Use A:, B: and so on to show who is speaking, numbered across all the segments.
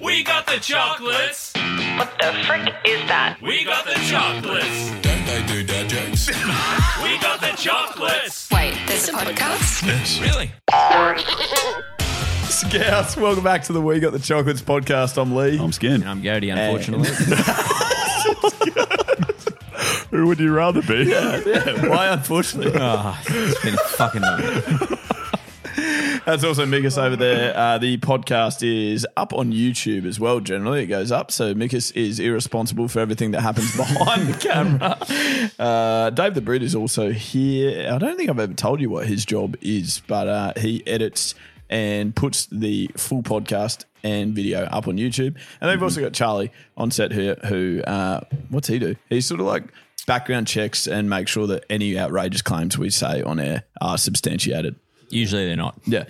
A: We got the chocolates.
B: What the frick is that?
A: We got the chocolates.
C: Don't they do dad jokes?
A: We got the chocolates.
B: Wait, there's a podcast?
A: Really?
D: Scouts, welcome back to the We Got the Chocolates podcast. I'm Lee.
E: I'm scared.
F: I'm Gody, unfortunately.
E: Who would you rather be? Oh,
D: Why, unfortunately?
F: Ah, it's been fucking
D: That's also Mikus over there. Uh, the podcast is up on YouTube as well, generally. It goes up. So Mikus is irresponsible for everything that happens behind the camera. Uh, Dave the Brute is also here. I don't think I've ever told you what his job is, but uh, he edits and puts the full podcast and video up on YouTube. And they've also got Charlie on set here who, uh, what's he do? He's sort of like background checks and make sure that any outrageous claims we say on air are substantiated.
F: Usually they're not.
D: Yeah.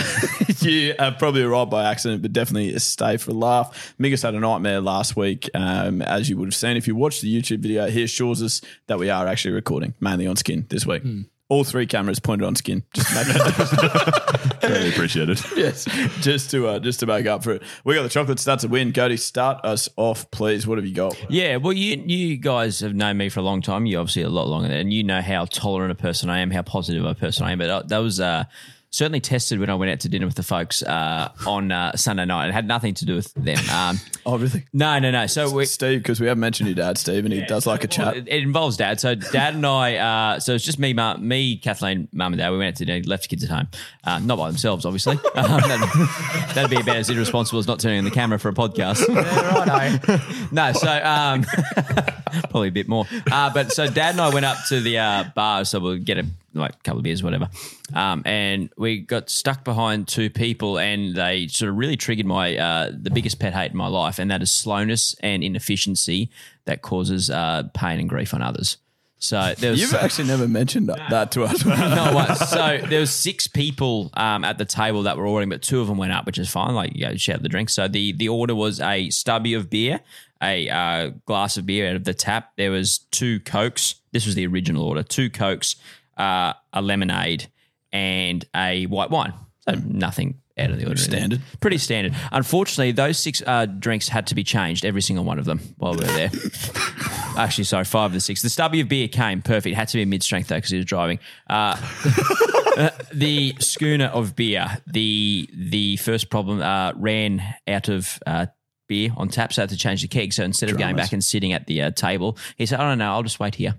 D: you are probably right by accident, but definitely a stay for a laugh. Migus had a nightmare last week, um, as you would have seen. If you watched the YouTube video, he assures us that we are actually recording, mainly on skin this week.
F: Hmm.
D: All three cameras pointed on skin. Just to make
E: Really appreciate it.
D: yes, just to uh, just to make up for it. We got the chocolates. That's a win. Cody, start us off, please. What have you got?
F: Yeah, well, you you guys have known me for a long time. You obviously a lot longer than, and you know how tolerant a person I am, how positive a person I am. But uh, that was uh, certainly tested when I went out to dinner with the folks uh, on uh, Sunday night. It had nothing to do with them. Um,
D: Oh, really?
F: no, no, no. So we,
D: Steve, because we haven't mentioned your dad, Steve, and he does like a chat.
F: It, it involves dad. So dad and I. Uh, so it's just me, ma- me, Kathleen, mum and dad. We went out to dinner, left the kids at home, uh, not by themselves, obviously. Um, that'd, that'd be about as irresponsible as not turning on the camera for a podcast. no, so um, probably a bit more. Uh, but so dad and I went up to the uh, bar, so we'll get a like a couple of beers, whatever. Um, and we got stuck behind two people, and they sort of really triggered my uh, the biggest pet hate in my life, and that is slowness and inefficiency that causes uh, pain and grief on others. So there was
D: You've actually never mentioned that, that to us.
F: no, what? So there was six people um, at the table that were ordering, but two of them went up, which is fine. Like, you know, shout the drink. So the the order was a stubby of beer, a uh, glass of beer out of the tap. There was two cokes. This was the original order: two cokes, uh, a lemonade, and a white wine. So nothing out of the ordinary.
D: Standard.
F: pretty standard. Unfortunately, those six uh, drinks had to be changed, every single one of them, while we were there. Actually, sorry, five of the six. The stubby of beer came perfect. Had to be mid strength though, because he was driving. Uh, the schooner of beer. The the first problem uh, ran out of uh, beer on tap, so I had to change the keg. So instead of going back and sitting at the uh, table, he said, "I don't know. I'll just wait here."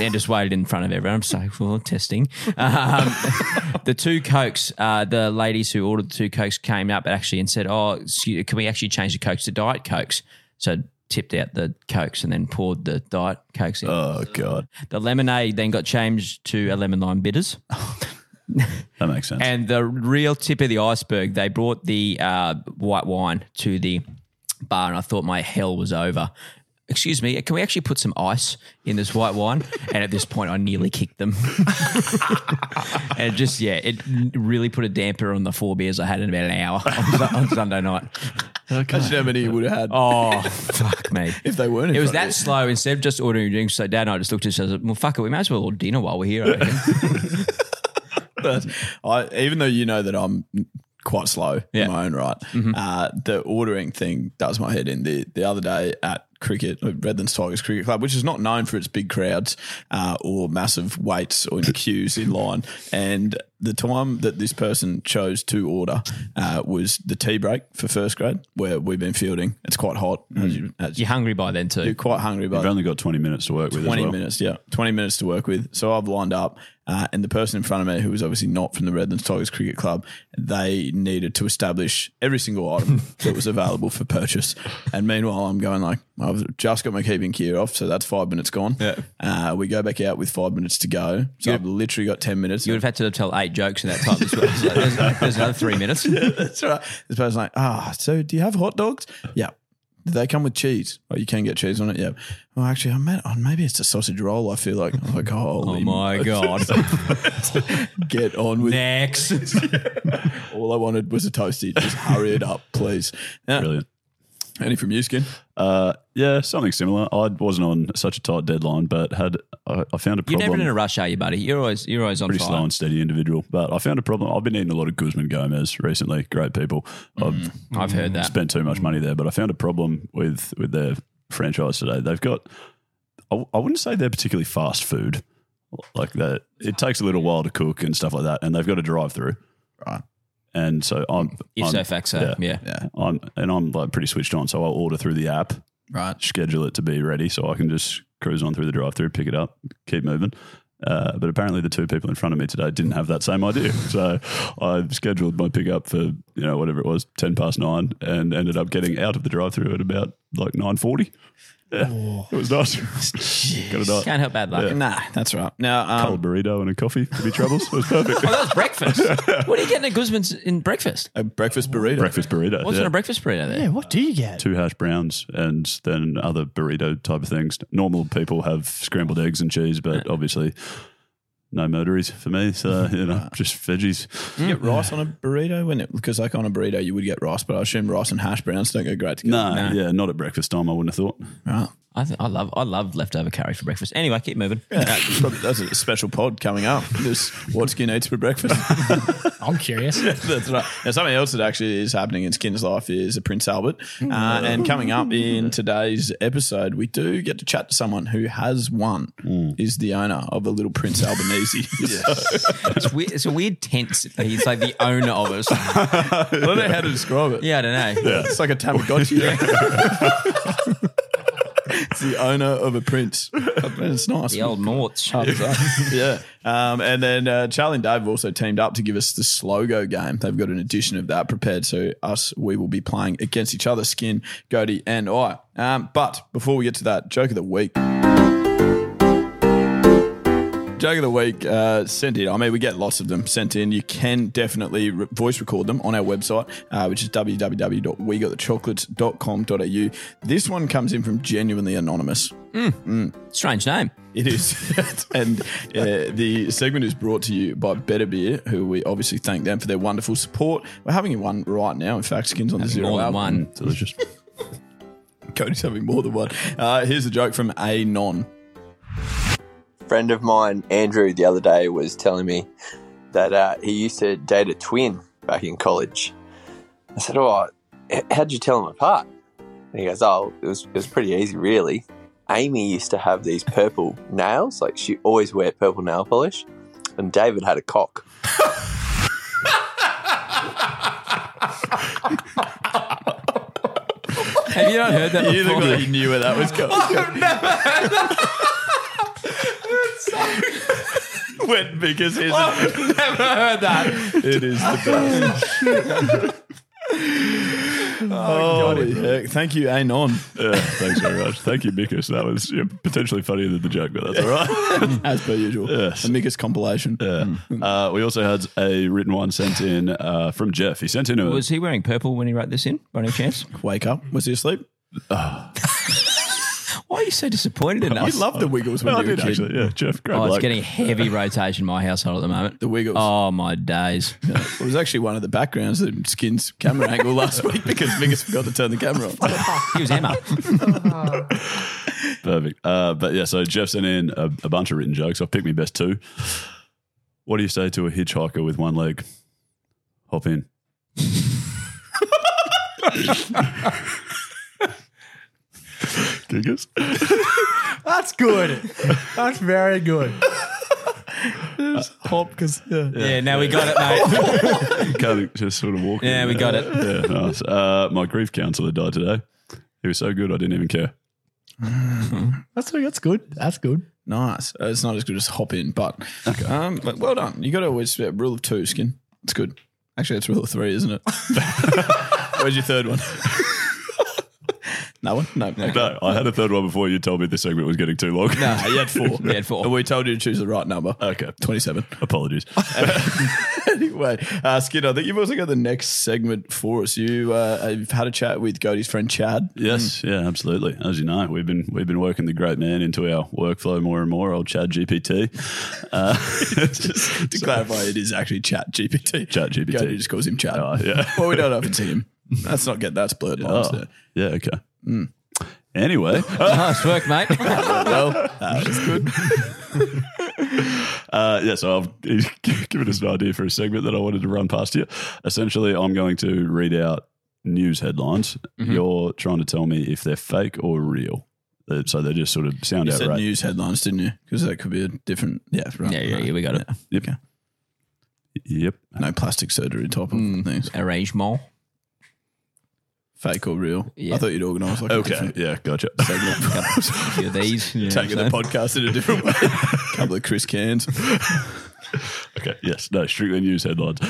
F: and just waited in front of everyone. I'm so full testing. Um, the two cokes, uh, the ladies who ordered the two cokes came up actually and said, "Oh, excuse- can we actually change the cokes to diet cokes?" So tipped out the cokes and then poured the diet cokes in.
E: Oh god,
F: the lemonade then got changed to a lemon lime bitters.
E: that makes sense.
F: And the real tip of the iceberg, they brought the uh, white wine to the bar, and I thought my hell was over. Excuse me, can we actually put some ice in this white wine? and at this point, I nearly kicked them. and just, yeah, it really put a damper on the four beers I had in about an hour on, Su- on Sunday night.
D: Imagine how many you would have had
F: Oh, fuck me.
D: if they weren't. in
F: It was
D: front
F: that
D: of
F: slow. Instead of just ordering drinks, so Dad and I just looked at each other. Well, fuck it. We may as well order dinner while we're here. I reckon.
D: But I, even though you know that I'm quite slow
F: Yeah.
D: in
F: Mm-hmm.
D: my own right, uh, the ordering thing does my head in. The the other day at
F: cricket, uh, Redlands Tigers Cricket Club, which is not known for its big crowds uh, or massive waits or in queues in line. And the time that this person chose to order uh, was the tea break for first grade, where we've been fielding. It's quite hot. As you, as
G: You're hungry by then
F: Mm. you're
G: too.
F: quite hungry, but
C: You've only got 20 minutes to work with
F: 20
C: as well.
F: minutes, yeah. 20 minutes to work with. So I've lined up, uh, and the person in front of me, who was obviously not from the Redlands Tigers Cricket Club, they needed to establish every single item that was available for purchase. And meanwhile, I'm going like, I've just got my keeping gear off, so that's five minutes gone.
H: Yeah.
F: Uh, we go back out with five minutes to go. So I've literally got 10 minutes.
G: You would have had to tell eight jokes in that time as well. So there's, there's another three minutes.
F: That's right. This person's like, ah, so do you have hot dogs? Yeah. Do they come with cheese? Oh, you can get cheese on it. Yeah. Well, actually, I meant, oh, maybe it's a sausage roll. I feel like, I'm like, holy
G: Oh my god!
F: get on with
G: Next,
F: All I wanted was a toasty. Just hurry it up, please. Yeah.
C: Brilliant.
F: Any from you, Skin?
C: Uh, yeah, something similar. I wasn't on such a tight deadline, but had I, I found a
G: you're
C: problem.
G: never in a rush, are you, buddy? You're always you're always on
C: pretty
G: fire.
C: slow and steady individual, but I found a problem. I've been eating a lot of Guzman Gomez recently. Great people. I've
G: Mm, I've heard that.
C: spent too much money there, but I found a problem with with their franchise today. They've got, I, w- I wouldn't say they're particularly fast food, like that. It takes a little while to cook and stuff like that, and they've got a drive through.
F: Right.
C: And so I'm,
G: If
C: I'm,
G: so, fact so.
C: yeah.
G: Yeah.
C: I'm, and I'm like pretty switched on. So I'll order through the app,
F: Right.
C: schedule it to be ready, so I can just cruise on through the drive through, pick it up, keep moving. Uh, but apparently, the two people in front of me today didn't have that same idea. So I scheduled my pickup for you know whatever it was, ten past nine, and ended up getting out of the drive-through at about like nine forty. Yeah,
G: Oh.
C: it was nice. Got a nice
G: Can't help bad luck.
F: Nah, that's right. Now,
C: cold
F: um,
C: burrito and a coffee. Any troubles? It was perfect.
G: Oh, that was breakfast. what are you getting at Guzman's in breakfast?
F: a breakfast burrito.
C: Breakfast burrito.
G: What's
C: yeah.
G: in a breakfast burrito there?
I: Yeah, what do you get?
C: two hash browns and then other burrito type of things. Normal people have scrambled eggs and cheese, but obviously no murderies for me. So, you know, just veggies.
F: You get rice on a burrito, wouldn't it? Because like on a burrito, you would get rice, but I assume rice and hash browns don't go great together.
C: No, yeah, not at breakfast time, I wouldn't have thought.
F: Right.
G: I, th- I love I love leftover curry for breakfast. Anyway, keep moving.
F: Yeah, probably, that's a special pod coming up. Just what Skin eats for breakfast.
I: I'm curious.
F: That's right. Now, something else that actually is happening in Skin's life is a Prince Albert.
I: Hmm.
F: Uh, and coming up in today's episode, we do get to chat to someone who has won,
G: Hmm.
F: is the owner of a little Prince Albanese. So,
G: It's, weird, it's a weird tense. that He's like the owner of us.
F: I don't know how to describe it.
G: Yeah, I don't know.
F: It's like a Tamagotchi. it's the owner of a prince. It's nice.
G: The old Morts.
F: yeah. Um, and then uh, Charlie and Dave have also teamed up to give us the Slogo game. They've got an edition of that prepared. So us, we will be playing against each other, Skin, Goaty, and I. Um, but before we get to that, joke of the week. Joke of the week uh, sent in. I mean, we get lots of them sent in. You can definitely re- voice record them on our website, uh, which is www.wegotthechocolates.com.au. This one comes in from genuinely anonymous.
G: Strange name.
F: It is. and uh, the segment is brought to you by Better Beer, who we obviously thank them for their wonderful support. We're having one right now. In fact, skins on the zero.
G: More than
F: hour.
G: one.
C: Delicious.
F: Cody's having more than one. Uh, here's a joke from A Non.
J: friend of mine, Andrew, the other day was telling me that uh, he used to date a twin back in college. I said, "Oh, h- how'd you tell them apart?" And he goes, "Oh, it was it was pretty easy, really. Amy used to have these purple nails, like she always wear purple nail polish, and David had a cock."
G: Have you not heard that
F: You're the
G: before?
F: guy who knew where that was going. I've never Went because his
G: never heard that.
F: It is the best. Holy heck. Thank you, Anon.
C: Yeah, thanks very much. Thank you, Mikus. That was yeah, potentially funnier than the joke, but that's all right.
F: As per usual.
C: Yes.
F: The biggest compilation.
C: Uh, we also had a written one sent in uh, from Jeff. He sent in a.
G: Was he wearing purple when he wrote this in? By any chance?
F: Wake up. Was he asleep?
G: Why are you so disappointed in
F: I
G: us?
F: love the Wiggles when
C: Oh, I
F: you were a
C: did
F: kid.
C: actually. Yeah, Jeff. Great
G: Oh, it's
C: bloke.
G: getting heavy rotation in my household at the moment.
F: The Wiggles.
G: Oh my days.
F: It was actually one of the backgrounds of Skin's camera angle last week because Mingus forgot to turn the camera off.
G: He was Emma.
C: Perfect. Uh, but yeah, so Jeff sent in a, a bunch of written jokes. I've picked me best two. What do you say to a hitchhiker with one leg? Hop in. Giggers.
I: That's good. That's very good. Uh,
F: Hop because
G: Yeah, now we got it, mate.
C: Can't just sort of walk.
G: Yeah,
C: in
G: we
C: there.
G: got it.
C: Yeah, nice. Uh, my grief counselor died today. He was so good, I didn't even care.
I: That's that's good. That's good.
F: Nice. Uh, it's not as good as hop in, but um, but well done. You got to always uh, rule of two skin. It's good. Actually, it's rule of three, isn't it? Where's your third one? no one. No. no.
C: No, I had a third one before you told me this segment was getting too long.
G: No, you had four. You had
F: And
G: four.
F: we told you to choose the right number.
C: Okay.
F: Twenty-seven.
C: Apologies.
F: anyway, uh, Skid, I think you've also got the next segment for us. You uh, you've had a chat with Cody's friend Chad.
C: Yes, yeah, absolutely. As you know, we've been we've been working the great man into our workflow more and more. Old Chad GPT, uh,
F: Just to clarify, it is actually Chat GPT.
C: Chat GPT.
F: Cody just calls him Chad.
C: Oh, yeah.
F: Well, we don't often see him. That's not get that's blurred lines
C: Oh,
F: there. Mm.
C: yeah, okay. Anyway,
G: Nice work, mate.
F: Well, that's good.
C: uh, yeah, so I've he's given us an idea for a segment that I wanted to run past you. Essentially, I'm going to read out news headlines.
F: Mm-hmm.
C: You're trying to tell me if they're fake or real. Uh, So they just sort of sound
F: You said
C: outright.
F: news headlines, didn't you? Because that could be a different. Yeah, right.
G: Yeah, yeah,
F: right.
G: yeah, we got it.
C: Yep.
F: Okay.
C: Yep.
F: No plastic surgery type of things.
G: Arrangement.
F: Fake or real?
G: Yeah.
F: I thought you'd organise like a
C: Okay.
F: different
C: Yeah. Gotcha.
F: segment.
G: A few of these. you know
F: Taking
G: what
F: the
G: I'm
F: podcast in a different way. couple of Chris Cairns.
C: okay. Yes. No. Strictly news headlines.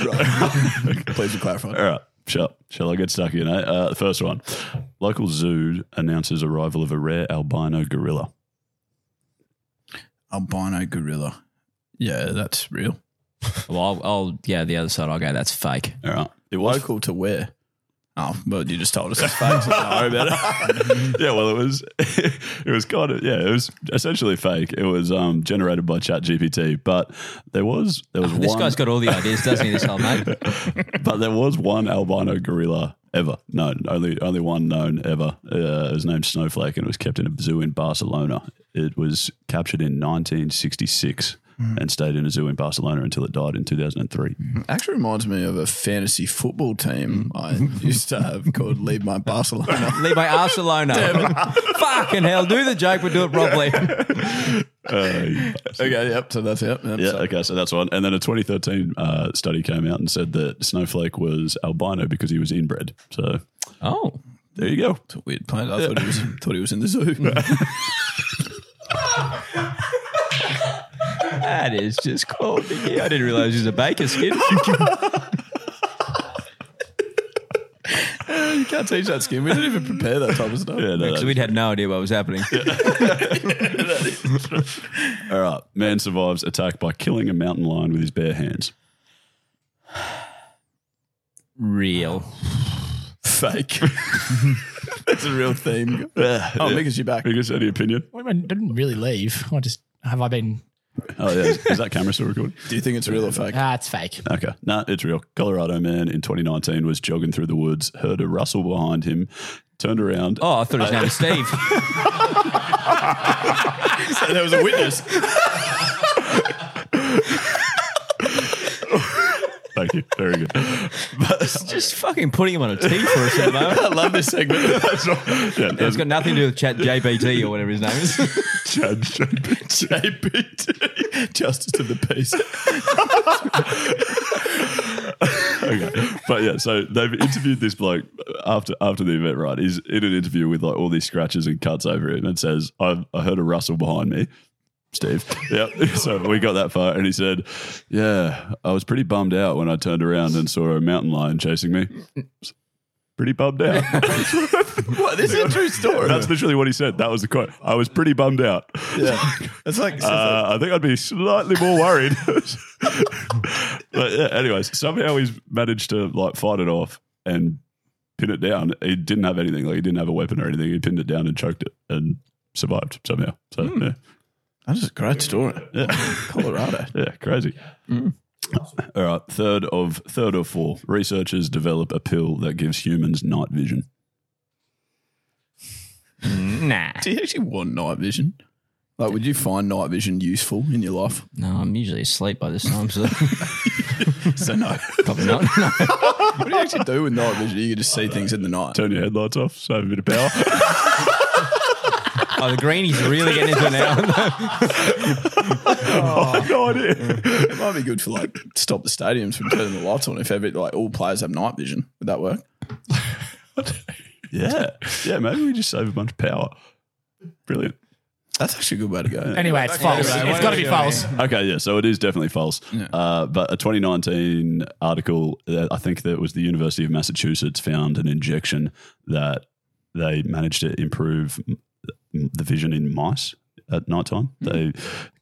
F: Please be clarified.
C: All right. Shall, shall I get stuck in? Eh? Uh, the first one. Local zoo announces arrival of a rare albino gorilla.
F: Albino gorilla. Yeah, that's real.
G: saying? Well, I'll, I'll, yeah, the other side, I'll go, that's fake.
C: All right. It was
F: Local to where? Oh, well, you just told us it's fake. So don't worry about it.
C: yeah, well, it was, it was kind of, yeah, it was essentially fake. It was um, generated by Chat GPT, but there was, there was one
G: Ah, This guy's got all the ideas, doesn't he, this old mate?
C: but there was one albino gorilla ever known, only only one known ever. Uh, it was named Snowflake, and it was kept in a zoo in Barcelona. It was captured in 1966 and stayed in a zoo in Barcelona until it died in 2003.
F: Actually reminds me of a fantasy football team I used to have called Leave My Barcelona.
G: Leave my ass alone. now. Fucking hell, do the joke, but do it properly.
F: okay, yep. So that's it. Yep,
C: Yeah,
F: so-
C: okay, so that's one. And then a 2013 uh, study came out and said that Snowflake was albino because he was inbred. So
G: Oh.
C: there you go.
F: It's a weird planet. I thought he was thought he was in the zoo.
G: That is just cold. Nicky. I didn't realize he was a baker skin.
F: you can't teach that skin. We didn't even prepare that type of stuff.
C: Yeah, no,
G: so we'd had no idea what was happening.
C: all right. Man survives attack by killing a mountain lion with his bare hands.
G: Real.
F: Fake. that's a real theme. Oh, Mick, is you back?
C: Biggest any opinion?
I: What if I didn't really leave? I just have I been?
C: Oh, yeah. Is, is that camera still recording?
F: Do you think it's real or fake?
I: Ah, it's fake.
C: Okay. No, it's real. Colorado man in 2019 was jogging through the woods, heard a rustle behind him, turned around.
G: Oh, I thought his name was Steve.
F: there was a witness.
C: Thank you. Very good.
G: just fucking putting him on a tee for us at the moment.
F: I love this segment.
C: Yeah,
G: It's
C: that's
G: got nothing to do with chat JBT or whatever his name is.
C: Chad
F: JPT. Justice of the peace.
C: okay. But yeah, so they've interviewed this bloke after after the event, right? He's in an interview with like all these scratches and cuts over him and says, I, I heard a rustle behind me. Steve. Yep. So we got that far. And he said, Yeah, I was pretty bummed out when I turned around and saw a mountain lion chasing me. Pretty bummed out.
F: what? This is a true story.
C: That's literally what he said. That was the quote. I was pretty bummed out.
F: yeah. It's like, it's like-
C: Uh, I think I'd be slightly more worried. but yeah, anyways, somehow he's managed to like fight it off and pin it down. He didn't have anything. Like he didn't have a weapon or anything. He pinned it down and choked it and survived somehow. So yeah.
F: Hmm. that is a great story. Colorado. Hmm.
C: Yeah, crazy. All right, third of third of four. Researchers develop a pill that gives humans night vision.
G: nah.
F: Do you actually want night vision? Like, would you find night vision useful in your life?
G: No, I'm usually asleep by this time, so
F: So no.
G: probably not. No.
F: what do you actually do with night vision? You can just see things in the night.
C: Turn your headlights off. Save a bit of power.
G: Oh, the greenies are really getting into it now.
F: I've no idea. It might be good for like stop the stadiums from turning the lights on if ever like all players have night vision. Would that work?
C: Yeah. Yeah, maybe we just save a bunch of power. Brilliant.
F: That's actually a good way to go.
I: Anyway, it's false. it's got to be false.
C: Okay, yeah, so it is definitely false. Uh, but a 2019 article, uh, I think that was the University of Massachusetts found an injection that they managed to improve m- the vision in mice at nighttime. They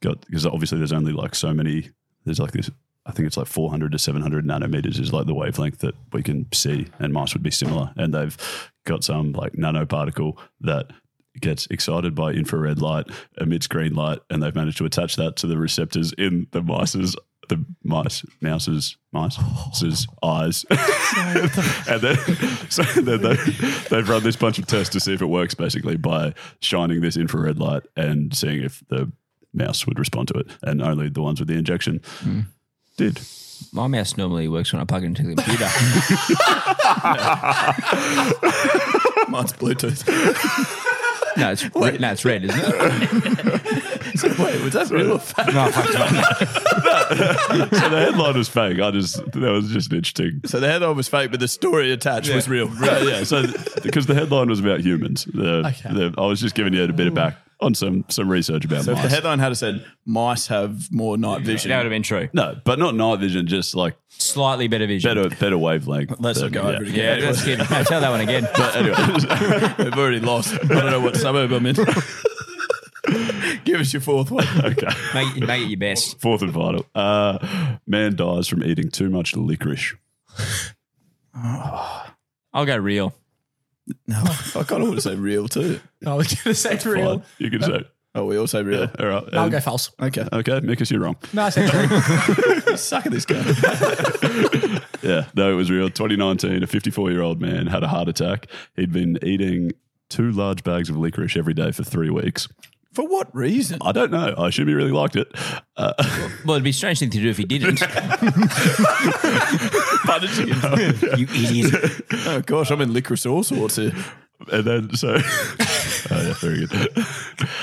C: got because obviously there's only like so many. There's like this. I think it's like 400 to 700 nanometers is like the wavelength that we can see, and mice would be similar. And they've got some like nanoparticle that gets excited by infrared light, emits green light, and they've managed to attach that to the receptors in the mice's the mice, mouse's, mice's eyes, and then so then they, they've run this bunch of tests to see if it works, basically by shining this infrared light and seeing if the mouse would respond to it, and only the ones with the injection did.
G: My mouse normally works when I plug it into the computer.
F: Mine's Bluetooth.
G: No, it's red, no, it's red, isn't it?
F: Wait, was that real? or fake?
G: No, fuck it.
C: So the headline was fake. I just that was just an interesting
F: So the headline was fake, but the story attached was real.
C: Right, yeah. So, because the headline was about humans, the, the, I was just giving you a bit of back on some some research about
F: So if the
C: mice.
F: headline had said mice have more night vision,
G: That would have been true.
C: no, but not night vision, just like
G: Slightly better vision.
C: better better wavelength.
F: Let's not
C: But,
F: go over it
G: Yeah,
F: again.
G: that's good. No, tell that one again.
C: But anyway,
F: We've already lost. I don't know what suburb I'm in. Give us your fourth one.
C: okay.
G: Make, make it your best.
C: Fourth and final. Uh, man dies from eating too much licorice.
G: I'll go real.
F: No, I kind of want to say real too.
I: I was going to say it's real.
C: Fine. You can say.
F: Oh, we all say real.
C: All right.
I: I'll
C: Um,
I: go false.
F: Okay,
C: Okay, Mikus, you're wrong.
I: No, I said true.
F: I suck at this game.
C: Yeah, no, it was real. 2019, a 54 year old man had a heart attack. He'd been eating two large bags of licorice every day for three weeks.
F: For what reason?
C: I don't know. I assume he really liked it. Uh,
G: Well, it'd be a strange thing to do if he didn't.
F: Punishing him.
G: you idiot.
F: Oh gosh, I'm in licorice all sorts here.
C: and then so oh, yeah, very good.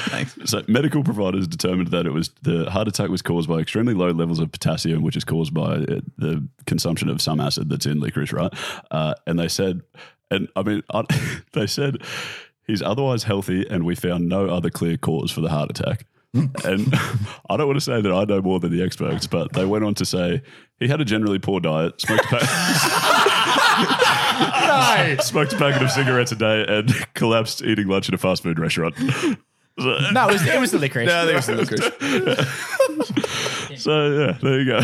C: Thanks. So medical providers determined that it was the heart attack was caused by extremely low levels of potassium, which is caused by uh, the consumption of some acid that's in licorice, right? Uh, and they said, and I mean, I, they said he's otherwise healthy, and we found no other clear cause for the heart attack.
F: Hmm.
C: and I don't want to say that I know more than the experts, but they went on to say he had a generally poor diet, smoked. pa-
I: no.
C: smoked a packet of cigarettes a day and collapsed eating lunch at a fast food restaurant. So,
I: No, it was, it was the licorice.
F: No, there was the licorice.
C: so, yeah, there you go.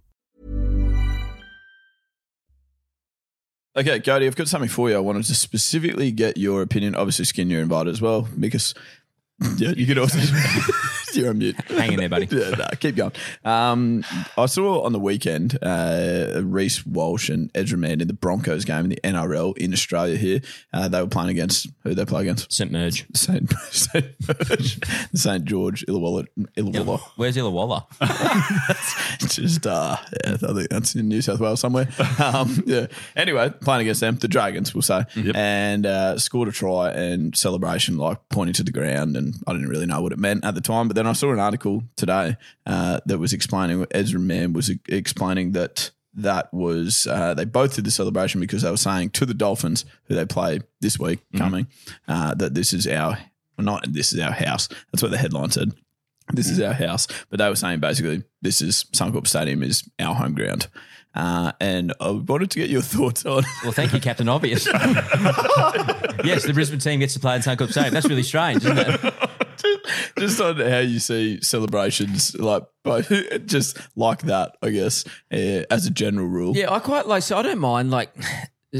F: Okay, Cody, I've got something for you. I wanted to specifically get your opinion. Obviously, Skin, you're invited as well. Mikus, yeah, you could also. you're on mute.
G: Hang in there, buddy.
F: Yeah, nah, uh, keep going. Um, I saw on the weekend uh, Reese Walsh and Edgerman in the Broncos game in the NRL in Australia here. Uh, they were playing against who they play against?
G: St. Merge.
F: St. St. George, St. George Illawarra. Illawarra.
G: Where's Illawalla?
F: Just uh, yeah, I think that's in New South Wales somewhere. Um, yeah. Anyway, playing against them, the Dragons, we'll say, and uh, scored a try and celebration, like pointing to the ground, and I didn't really know what it meant at the time. But then I saw an article today uh, that was explaining Ezra Mann was e- explaining that that was uh, they both did the celebration because they were saying to the Dolphins who they play this week coming uh, that this is our well, not this is our house. That's what the headline said. This
G: Mm.
F: is our house, but they were saying basically this is Suncorp Stadium is our home ground. Uh, and I wanted to get your thoughts on.
G: Well, thank you, Captain Obvious. yes, the Brisbane team gets to play in Suncorp Stadium. That's really strange, isn't it?
F: just on how you see celebrations like both just like that i guess eh, as a general rule
G: Yeah, I quite like. So I don't mind like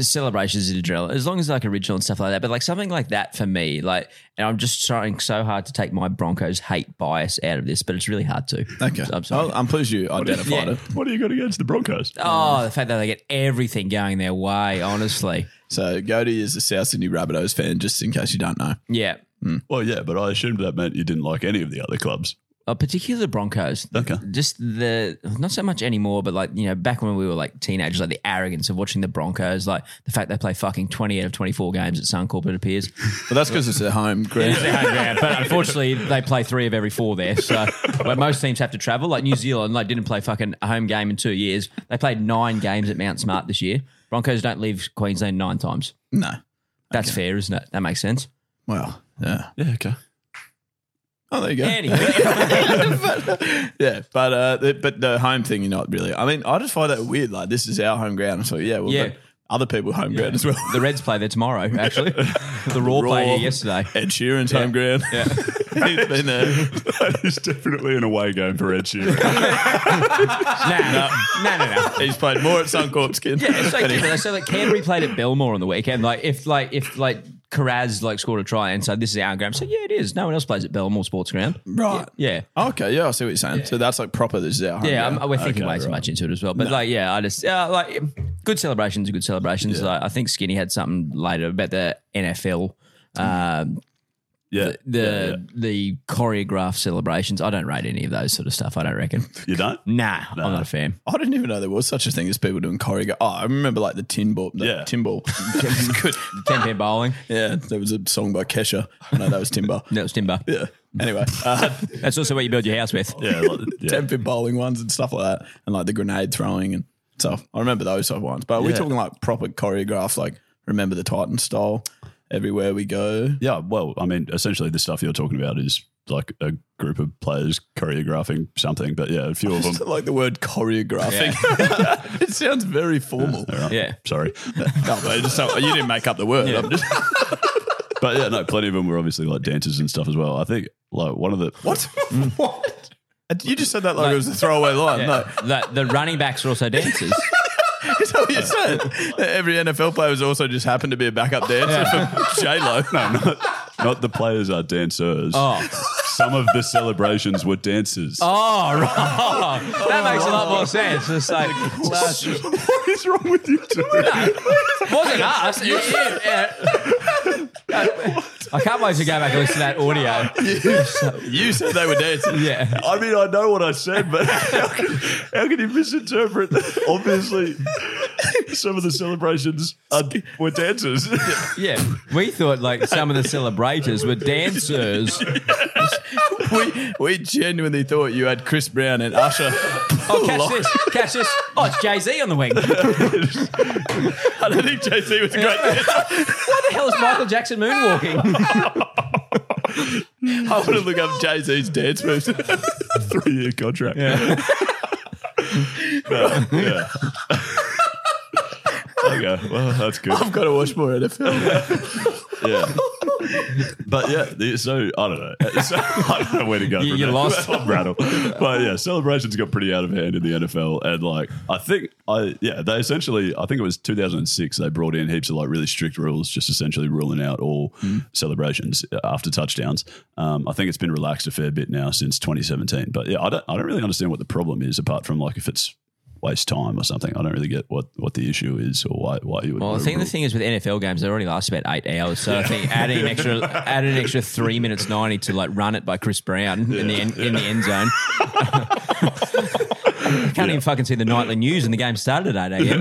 G: celebrations in a drill as long as like original and stuff like that. But like something like that for me, like, and I'm just trying so hard to take my Broncos hate bias out of this, but it's really hard to. Okay, I'm sorry.
F: I'm pleased you identified it.
C: What do you got against the Broncos?
G: Oh, the fact that they get everything going their way, honestly.
F: so Goody is a south sydney rabbitohs fan just in case you don't know
G: Yeah.
C: Well, yeah, but I assumed that meant you didn't like any of the other clubs.
G: Uh, particularly the Broncos.
C: Okay.
G: Just the not so much anymore, but like you know, back when we were like teenagers, like the arrogance of watching the Broncos, like the fact they play fucking twenty out of twenty four games at Suncorp, it appears.
F: Well, that's because it's their home ground.
G: It is their home ground, but unfortunately, they play three of every four there. So, but most teams have to travel. Like New Zealand, like didn't play fucking a home game in two years. They played nine games at Mount Smart this year. Broncos don't leave Queensland nine times.
F: No,
G: that's fair, isn't it? That makes sense.
F: Well, yeah,
C: yeah, okay.
F: Oh, there you go.
G: Anyway.
F: yeah, but uh, the, but the home thing, you're not really. I mean, I just find that weird. Like, this is our home ground. So yeah, well,
G: Yeah.
F: but other people home ground as well.
G: The Reds play there tomorrow. Actually, the Raw,
F: Raw.
G: played here yesterday.
F: Ed Sheeran's
G: Yeah.
F: home ground.
G: Yeah.
F: He's been uh, there.
C: that is definitely an away game for Ed Sheeran.
G: No, no, no, no.
F: He's played more at Suncorp Skin.
G: Yeah, it's so different. So like Canterbury played at Belmore on the weekend. Like if like if like Carraz like scored a try and said this is our ground. So yeah, it is. No one else plays at Belmore Sports Ground.
F: Right.
G: Yeah.
F: Okay. Yeah, I see what you're saying. So that's like proper. This is our home
G: Yeah,
F: ground.
G: I'm, we're thinking
F: Oh, Okay,
G: way too
F: right.
G: much into it as well. But like, yeah, I just uh, like good celebrations, are good celebrations. Like, I think Skinny had something later about the NFL, um,
C: Yeah,
G: the the choreographed celebrations. I don't rate any of those sort of stuff. I don't reckon.
C: you don't.
G: Nah, I'm not a fan.
F: I didn't even know there was such a thing as people doing choreo. Oh, I remember like the tin ball. The
C: Yeah.
F: Tin ball. Good.
G: Ten pin bowling.
F: Yeah, there was a song by Kesha. No, that was Timber.
G: No, it's timber.
F: Yeah. Anyway, uh,
G: That's also what you build your house with.
C: Yeah, like, yeah.
F: ten pin bowling ones and stuff like that, and like the grenade throwing and stuff. I remember those type of ones. But we're
C: Yeah.
F: talking like proper choreographed, like remember the Titan style. Everywhere we go,
C: Yeah, well, I mean, essentially, the stuff you're talking about is like a group of players choreographing something. But yeah, a few of
F: I
C: them.
F: like the word choreographing. it sounds very formal.
G: Yeah.
C: Sorry,
F: No, but it just, you didn't make up the word. I'm just,
C: but yeah, no, plenty of them were obviously like dancers and stuff as well. I think like one of the
F: What? what? You just said that like it was a throwaway line.
G: Yeah.
F: No,
G: The, the running backs are also dancers.
F: is that what you said? That Every NFL player was also just happened to be a backup dancer for J Lo. No, no.
C: not the players are dancers.
G: Oh.
C: Some of the celebrations were dancers.
G: Oh, right. that makes a lot more sense. It's like,
C: What is wrong with you two?
G: wasn't us. It was you. Yeah. I can't wait to go back and listen to that audio.
F: You said they were dancing.
G: Yeah.
C: I mean, I know what I said, but how can, how can you misinterpret? Obviously, some of the celebrations are, were dancers.
G: Yeah. We thought like some of the celebrators were dancers.
F: We, we genuinely thought you had Chris Brown and Usher.
G: Oh, catch this. Catch this. Oh, it's Jay Z on the wing. What
F: I don't think Jay Z was a great dancer.
G: the hell is Michael Jackson moonwalking?
F: I want to look up Jay Z's dance moves.
C: Three year contract.
G: Yeah.
C: No, yeah. okay. Well, that's good.
F: I've got to watch more NFL.
C: Yeah. But yeah, the- so I don't know. So, I don't know where to go.
G: You-
C: from
G: you
C: there.
G: lost.
C: I'm rattled. But yeah, celebrations got pretty out of hand in the NFL, and like I think I yeah they essentially I think it was 2006 they brought in heaps of like really strict rules, just essentially ruling out all
G: Hmm.
C: celebrations uh, after touchdowns. Um, I think it's been relaxed a fair bit now since 2017. But yeah, I don't I don't really understand what the problem is apart from like if it's waste time or something. I don't really get what what the issue is or why why you would.
G: Well, I think the
C: rule-
G: thing is with NFL games, they already last about eight hours. So I think adding an extra, add an extra three minutes ninety to like run it by Chris Brown in the end, in the end zone. can't even fucking see the nightly news, and the game started at 8 a.m.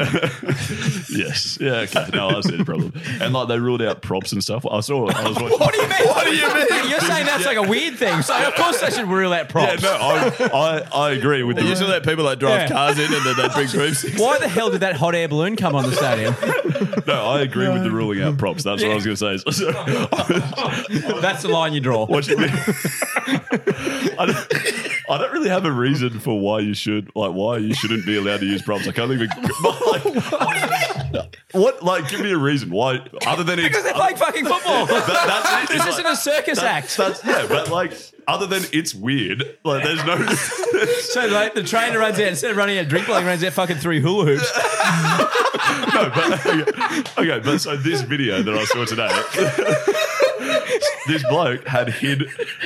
C: yes. Yeah. Okay. No, I've seen a problem. And like they ruled out props and stuff. I saw. I was watching.
G: What do you mean?
A: What do you mean?
G: You're saying that's like a weird thing. So of course they should rule out props.
C: Yeah, no, I, I, I agree with
G: They
C: the
G: used to let
F: people like drive cars in and then they bring groups.
G: Why the hell did that hot air balloon come on the stadium?
C: No, I agree with the ruling out props. That's what I was going to say.
G: That's the line you draw.
C: I don't really have a reason for why you should like why you shouldn't be allowed to use props. I can't even. like, what? Like, give me a reason why other than
G: Because they're playing fucking football.
C: That- that's it.
G: this
C: It's
G: isn't
C: like-
G: a circus
C: that-
G: act.
C: That's yeah, but like other than it's weird. Like, there's no. so
G: like the trainer runs out instead of running out drink blowing runs out fucking three hula hoops.
C: Okay, but so this video that I saw today, this bloke had hid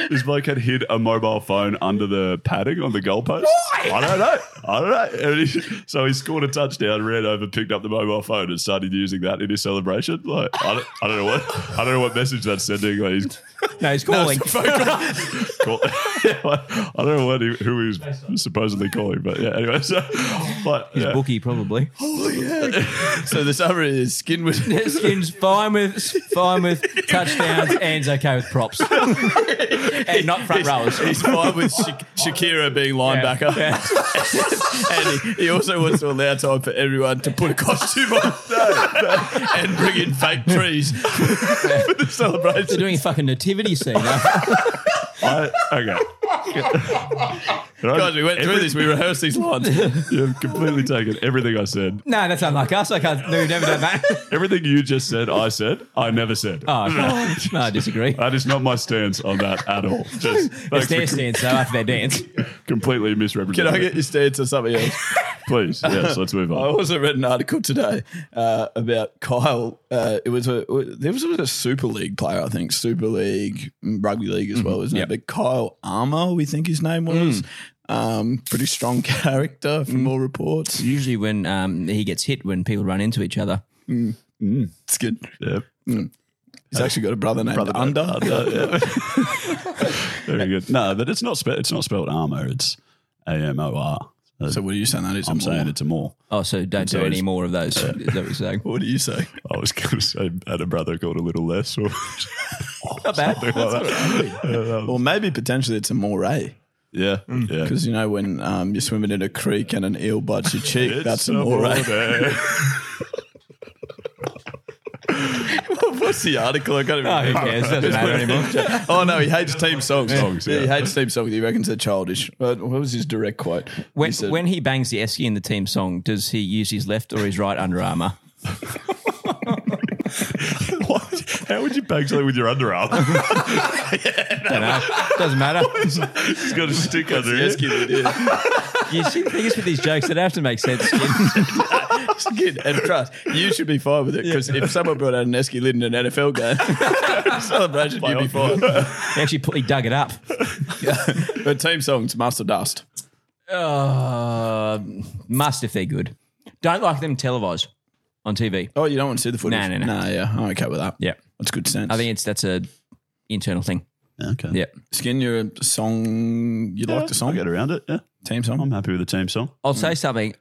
C: this bloke had hid a mobile phone under the padding on the goalpost. Why? I don't know. I don't know. And he- so he scored a touchdown, ran over, picked up the mobile phone, and started using that in his celebration. Like I don't, I don't know what I don't know what message that's sending. Like he's
G: No, he's calling.
C: call, I don't know what he, who he was supposedly calling, but yeah. Anyway, so but,
G: His bookie probably.
C: Holy
F: so the summary is skin was
G: Skin's fine with fine with touchdowns and's okay with props and not front
F: He's-
G: rowers.
F: He's fine with Sha- Shakira being linebacker. and he, he also wants to allow time for everyone to put a costume on and bring in fake trees for the celebration.
G: They're doing a fucking nativity scene.
C: I, okay.
F: Guys, we went through this. We rehearsed these lines.
C: You've completely taken everything I said.
G: No, that's unlike us. I can't. We've never done that.
C: Everything you just said, I said, I never said.
F: Ah.
G: Oh, okay. no, I disagree.
C: That is not my stance on that at all. Just,
G: It's their stance though after their dance.
C: Completely
F: Can
C: misrepresented.
F: I get your stance on something else?
C: Please, yes, let's move on.
F: I also read an article today uh, about Kyle. Uh, it was a there was a Super League player, I think, Super League mm, rugby league
C: Mm-hmm.
F: as well, isn't it? But Kyle Armour, we think his name was.
C: Mm.
F: Um, pretty strong character from all reports.
G: Usually when um, he gets hit, when people run into each other.
F: Mm. It's good.
C: Yep.
F: Mm. He's actually got a brother named
C: Brother named
F: Under.
C: Under, Very good. No, but it's not, spe- it's not spelled armor, it's A M O R. Uh,
F: So what are you saying? That it's a
C: I'm saying
F: more?
C: it's a more.
G: Oh, so don't
C: So
G: do any
C: he's-
G: more of those. Is that what you're saying?
F: What do you say?
C: I was going to say, had a brother called a little less. Or
G: Not bad.
C: something like that. Um,
F: Well, maybe potentially it's a moray.
C: Yeah, yeah.
F: Because you know when um, you're swimming in a creek and an eel bites your cheek,
C: It's
F: that's
C: a
F: a moray.
C: moray.
F: What's the article? I can't even
G: Oh, who
F: remember.
G: cares? Doesn't matter anymore.
F: Oh no, he hates team songs.
C: Songs,
F: yeah. He
C: yeah.
F: hates team songs. He reckons they're childish. But what was his direct quote?
G: When,
F: he said,
G: when he bangs the esky in the team song, does he use his left or his right under armour?
C: What? How would you bag something with your underarm?
G: Don't know. Doesn't matter.
C: He's got a stick under
F: yes,
C: it.
F: kid, it is."
G: You see the thing is with these jokes, they have to make sense. Skin.
F: Kid, and trust you should be fine with it because if someone brought out an Esky lid in an NFL game celebration, you'd be fine.
G: He actually put, he dug it up.
F: But team songs, Oh, Master Dust.
G: Uh, must if they're good. Don't like them televised on TV.
F: Oh, you don't want to see the footage?
G: No, no, no.
F: Nah, yeah, I'm okay with that.
G: Yeah,
F: that's good sense.
G: I think it's that's a internal thing.
C: Okay.
G: Yeah,
F: Skin, you're a song. You like the
C: I'll
F: song?
C: get around it. Yeah.
F: Team song.
C: I'm happy with the team song.
G: I'll say something,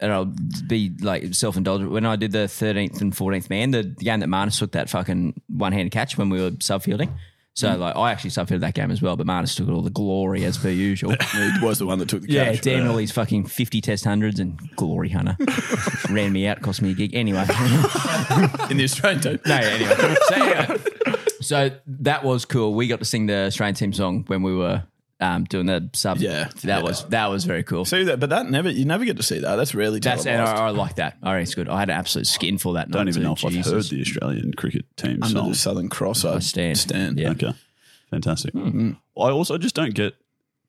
G: and I'll be like self indulgent. When I did the thirteenth and fourteenth man, the, the game that Marnus took that fucking one hand catch when we were subfielding. So like I actually subfielded that game as well, but Marnus took all the glory as per usual.
F: It was the one that took the
G: Yeah,
F: catch.
G: Dan all these fucking 50 test hundreds and glory hunter. Ran me out, cost me a gig. Anyway. no,
F: in the Australian team.
G: yeah, anyway. So, anyway. so that was cool. We got to sing the Australian team song when we were um, doing the sub.
F: Yeah,
G: That was that was very cool.
F: See that, but that never you never get to see that. That's rarely
G: That's and
F: televised.
G: I, I like that. I reckon it's good. I had an absolute skin for that.
C: Don't
G: night
C: even
G: too.
C: know if
G: Jesus.
C: I've heard the Australian cricket team
F: under
C: song.
F: the Southern Cross. I
G: stand.
F: Stand.
G: Yeah.
C: Okay. Fantastic.
F: Hmm.
C: I also just don't get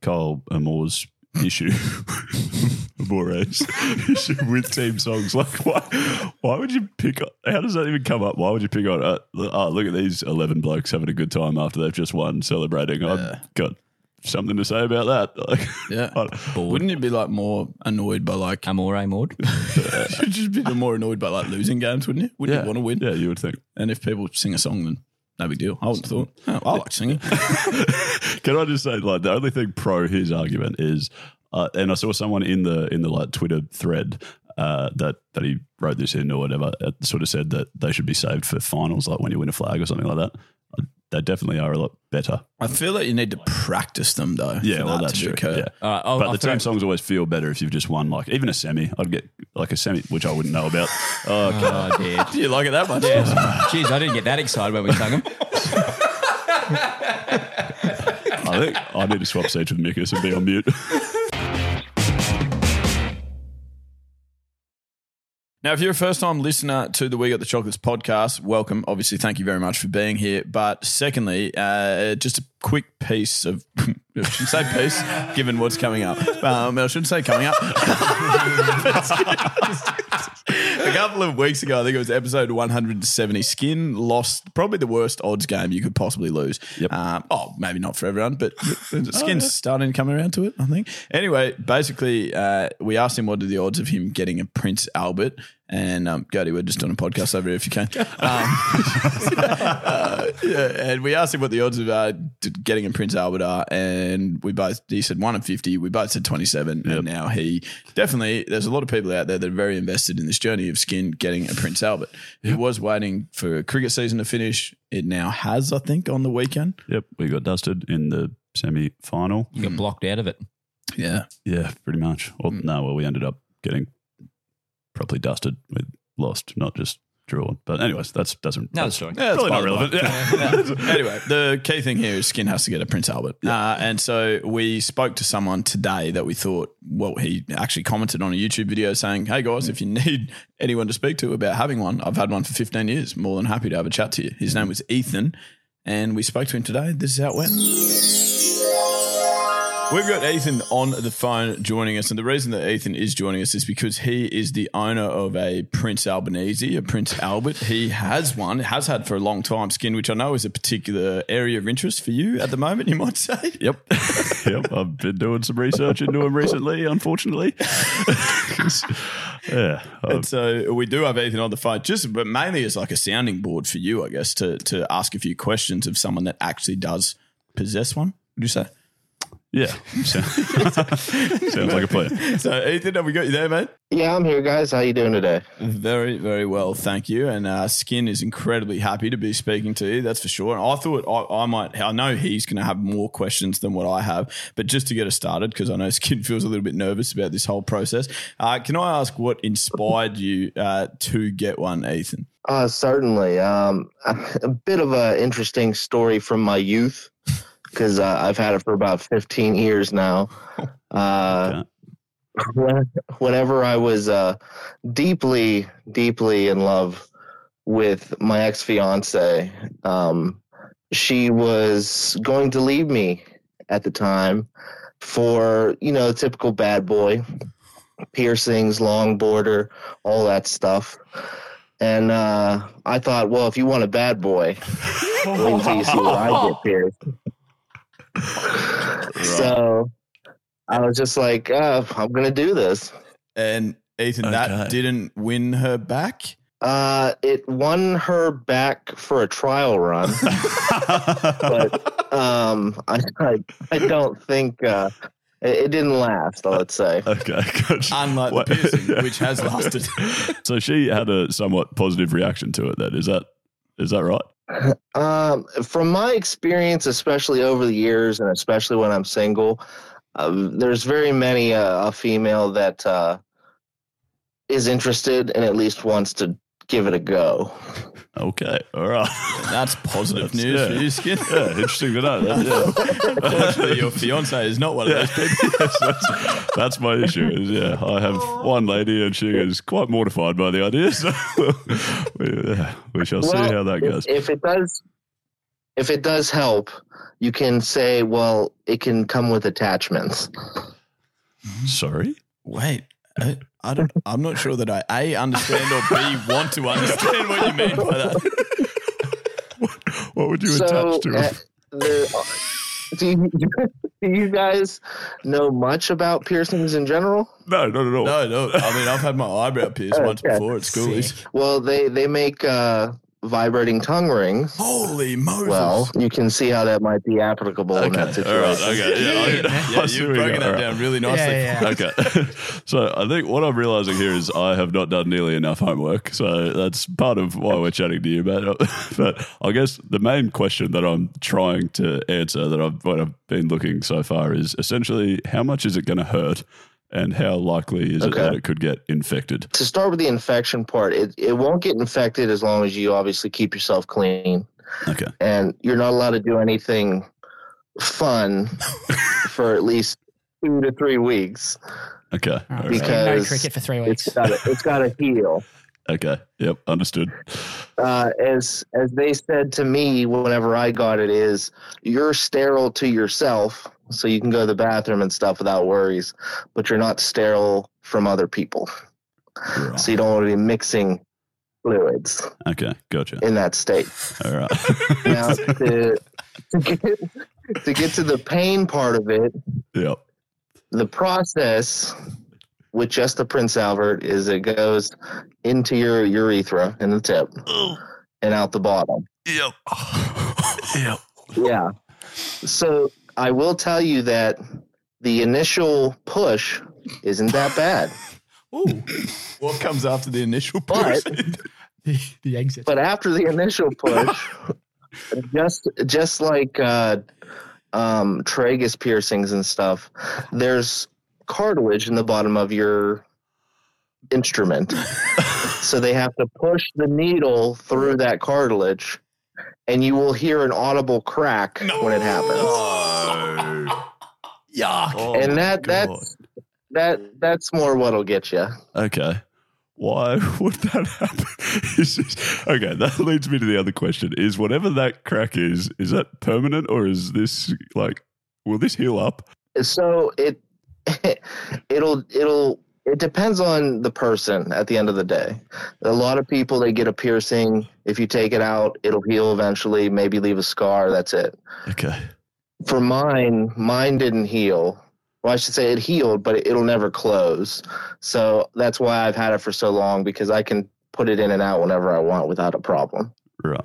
C: Kyle Moore's issue. Moore's issue with team songs. Like, why, why would you pick up? How does that even come up? Why would you pick on? Uh, l- oh, look at these 11 blokes having a good time after they've just won, celebrating. I've got something to say about that. Like,
F: Yeah.
C: I-
F: Wouldn't you be like more annoyed by like?
G: Amore Maud.
F: You'd just be more annoyed by like losing games, wouldn't you? Wouldn't
C: yeah.
F: you want to win?
C: Yeah, you would think.
F: And if people sing a song, then no big deal. I wouldn't have thought. Oh, I like singing.
C: Can I just say, like, the only thing pro his argument is Uh, and I saw someone in the in the like Twitter thread uh, that that he wrote this in or whatever. It sort of said that they should be saved for finals, like when you win a flag or something like that. Uh, They definitely are a lot better.
F: I feel like you need to practice them though.
C: Yeah,
F: for
C: well,
F: that
C: that's
F: to
C: true.
F: occur.
C: Yeah. but the team songs always feel better if you've just won, like even a semi. I'd get like a semi, which I wouldn't know about. Oh, God.
G: dear.
F: Do you like it that much?
G: Jeez, I didn't get that excited when we sung them.
C: I think I need to swap seats with Mikus and be on mute.
F: Now, if you're a first time listener to the We Got the Chocolates podcast, welcome. Obviously, thank you very much for being here. But secondly, uh, just a quick piece of, I should say piece, given what's coming up. Um, I shouldn't say coming up. a couple of weeks ago, I think it was episode 170. Skin lost probably the worst odds game you could possibly lose. Um, oh, maybe not for everyone, but Skin's starting to come around to it, I think. Anyway, basically, uh, we asked him what are the odds of him getting a Prince Albert. And um, Gertie, we're just on a podcast over here if you can. Um, uh, yeah, and we asked him what the odds of uh, d- getting a Prince Albert are, and we both he said one in fifty. We both said twenty seven, and now he definitely. There's a lot of people out there that are very invested in this journey of skin getting a Prince Albert. He was waiting for cricket season to finish. It now has, I think, on the weekend.
C: Yep, we got dusted in the semi final.
G: You got blocked out of it.
F: Yeah.
C: Yeah, pretty much. Well, no, well, we ended up getting properly dusted. We lost, not just drawn. But, anyways, that's doesn't.
F: No,
C: that's
F: that's fine.
C: Probably
F: Yeah,
C: not
F: that's
C: relevant.
F: fine. anyway, the key thing here is Skin has to get a Prince Albert. Uh, and so we spoke to someone today that we thought, well, he actually commented on a YouTube video saying, hey guys, if you need anyone to speak to about having one, I've had one for 15 years. More than happy to have a chat to you. His name was Ethan. And we spoke to him today. This is how it went. We've got Ethan on the phone joining us, and the reason that Ethan is joining us is because he is the owner of a Prince Albanese, a Prince Albert. He has one, has had for a long time, skin, which I know is a particular area of interest for you at the moment, you might say.
C: Yep. yep. I've been doing some research into him recently, unfortunately. yeah.
F: and so we do have Ethan on the phone, just but mainly as like a sounding board for you, I guess, to to ask a few questions of someone that actually does possess one. Would you say?
C: Yeah. Sounds like a plan.
F: So, Ethan, have we got you there, mate?
B: Yeah, I'm here, guys. How you doing today?
F: Very, very well, thank you. And uh, Skin is incredibly happy to be speaking to you. That's for sure. And I thought I, I might. I know he's going to have more questions than what I have, but just to get us started, because I know Skin feels a little bit nervous about this whole process. Uh, can I ask what inspired you uh, to get one, Ethan?
B: Uh, certainly. Um, a bit of an interesting story from my youth because uh, I've had it for about 15 years now. Uh, when- whenever I was uh, deeply, deeply in love with my ex fiance, um, she was going to leave me at the time for, you know, typical bad boy piercings, long border, all that stuff. And uh, I thought, well, if you want a bad boy, wait until you see what I get pierced. So I was just like, uh, I'm going to do this.
F: And Ethan, that didn't win her back?
B: Uh, it won her back for a trial run. but um, I, I, I don't think uh, it, it didn't last, let's say.
C: Okay,
F: Unlike
C: What-
F: Uh, the piercing, which has lasted.
C: so she had a somewhat positive reaction to it. Then is that is that right?
B: Um, from my experience, especially over the years, and especially when I'm single, um, there's very many uh, a female that uh, is interested and at least wants to give it a go.
C: Okay, all right.
F: That's positive news
C: yeah.
F: for you, Skin.
C: Yeah, interesting to know. That, yeah.
F: Unfortunately, your fiance is not one of those people.
C: that's, that's my issue. Is, yeah, I have one lady, and she is quite mortified by the idea. So we, yeah, we shall see how that
B: if-
C: goes.
B: If it does, if it does help, you can say, well, it can come with attachments.
C: Sorry.
F: Wait, I, I don't. I'm not sure that I a understand or b want to understand what you mean by that.
C: What would you attach to
B: uh,
C: it?
B: there are- do, you, do you guys know much about piercings in general?
C: No, not at all.
F: No, no. I mean, I've had my eyebrow pierced once before at school. It's-
B: Well, they they make uh, vibrating tongue rings.
F: Holy Moses.
B: Well, you can see how that might be applicable in that
C: All
B: situation.
C: right. Okay. Yeah. I-
F: Yeah,
C: I see
F: you've
C: where go.
F: broken that
C: All
F: down really nicely. Yeah, yeah.
C: Okay. so I think what I'm realizing here is I have not done nearly enough homework. So that's part of why we're chatting to you about it. But I guess the main question that I'm trying to answer that I've, what I've been looking so far is essentially how much is it going to hurt and how likely is it
B: Okay.
C: that it could get infected?
B: to start with the infection part, it, it won't get infected as long as you obviously keep yourself clean.
C: Okay.
B: And you're not allowed to do anything fun for at least two to three weeks
C: Okay. all right.
B: because
C: weeks.
B: It's gotta, it's got to heal.
C: Okay. Yep. Understood.
B: Uh, as as they said to me whenever I got it is you're sterile to yourself, so you can go to the bathroom and stuff without worries, but you're not sterile from other people. So you don't want to be mixing fluids
C: Okay. Gotcha.
B: in that state.
C: All right.
B: Now to, to get, to get to the pain part of it,
C: Yep.
B: the process with just the Prince Albert is it goes into your urethra in the tip and out the bottom.
C: Yep. yep.
B: Yeah. So I will tell you that the initial push isn't that bad.
F: Ooh. What comes after the initial push?
B: the, exit. But after the initial push, just just like uh, um, tragus piercings and stuff, there's cartilage in the bottom of your instrument, so they have to push the needle through that cartilage, and you will hear an audible crack when it happens.
F: Yuck!
C: Oh
B: and that that's that that's more what'll get you.
C: Okay. Why would that happen? It's just- okay, that leads me to the other question. Is whatever that crack is, is that permanent or is this like, will this heal up?
B: so it it'll it'll it depends on the person at the end of the day a lot of people they get a piercing if you take it out it'll heal eventually maybe leave a scar that's it
C: Okay.
B: for mine mine didn't heal well i should say it healed but it'll never close so that's why i've had it for so long because i can put it in and out whenever i want without a problem
C: Right.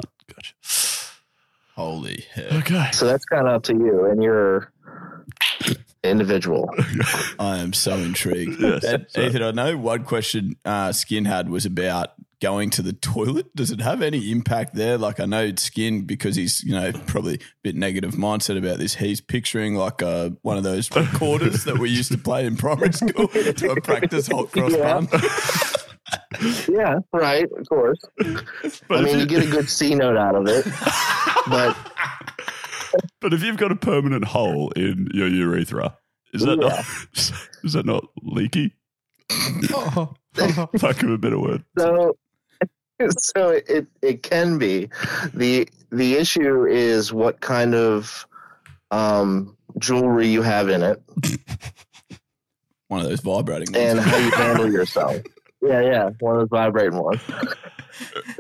F: Holy hell.
C: Okay.
B: so that's kind of up to you and your individual
F: I am so intrigued.
B: Yes.
F: That- Ethan, I know one question uh, Skin had was about going to the toilet. Does it have any impact there? Like, I know Skin, because he's, you know, probably a bit negative mindset about this, he's picturing like uh, one of those recorders that we used to play in primary school to a practice hot cross
B: Yeah.
F: bun.
B: yeah, right, of course. I mean, you get a good C note out of it, but
C: But if you've got a permanent hole in your urethra, is that not, is that not leaky? Fuck of a better word.
B: so so it it can be. the The issue is what kind of um, jewelry you have in it
F: One of those vibrating ones.
B: and how you handle yourself. Yeah, yeah, one of those vibrating ones.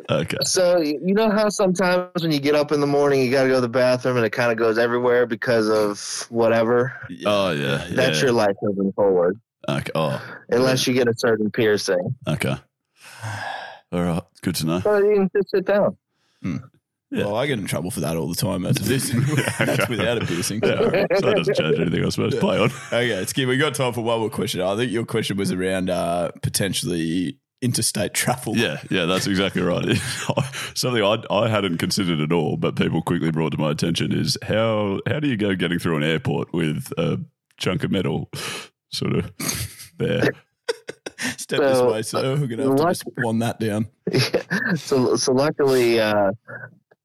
C: Okay.
B: So y- you know how sometimes when you get up in the morning, you got to go to the bathroom, and it kind of goes everywhere because of whatever.
C: Oh, yeah.
B: That's your life moving forward,
C: Okay. Oh,
B: unless you get a certain piercing.
C: okay. All right. Good to know.
B: So you can just sit down.
F: Well, I get in trouble for that all the time. That's, this, that's without a piercing.
C: Yeah, all right. So that doesn't change anything, I suppose. Play on.
F: Okay, it's good. We got time for one more question. I think your question was around uh, potentially interstate travel.
C: Yeah, yeah, that's exactly right. Something I, I hadn't considered at all, but people quickly brought to my attention is how how do you go getting through an airport with a chunk of metal, sort of there?
F: Step
B: So,
F: this way, so we're gonna have to
B: what-
F: just wand that down.
B: so, so luckily, uh,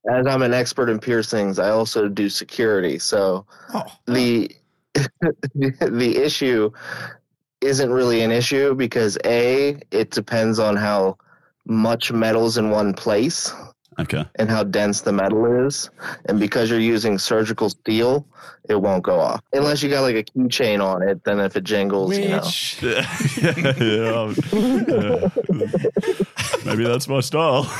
B: as I'm an expert in piercings, I also do security. So
C: Oh.
B: the the issue isn't really an issue because a it depends on how much metal's in one place
C: Okay,
B: and how dense the metal is, and because you're using surgical steel, it won't go off unless you got like a keychain on it. Then if it jingles, you know.
C: yeah, yeah, I'm- yeah. maybe that's my style.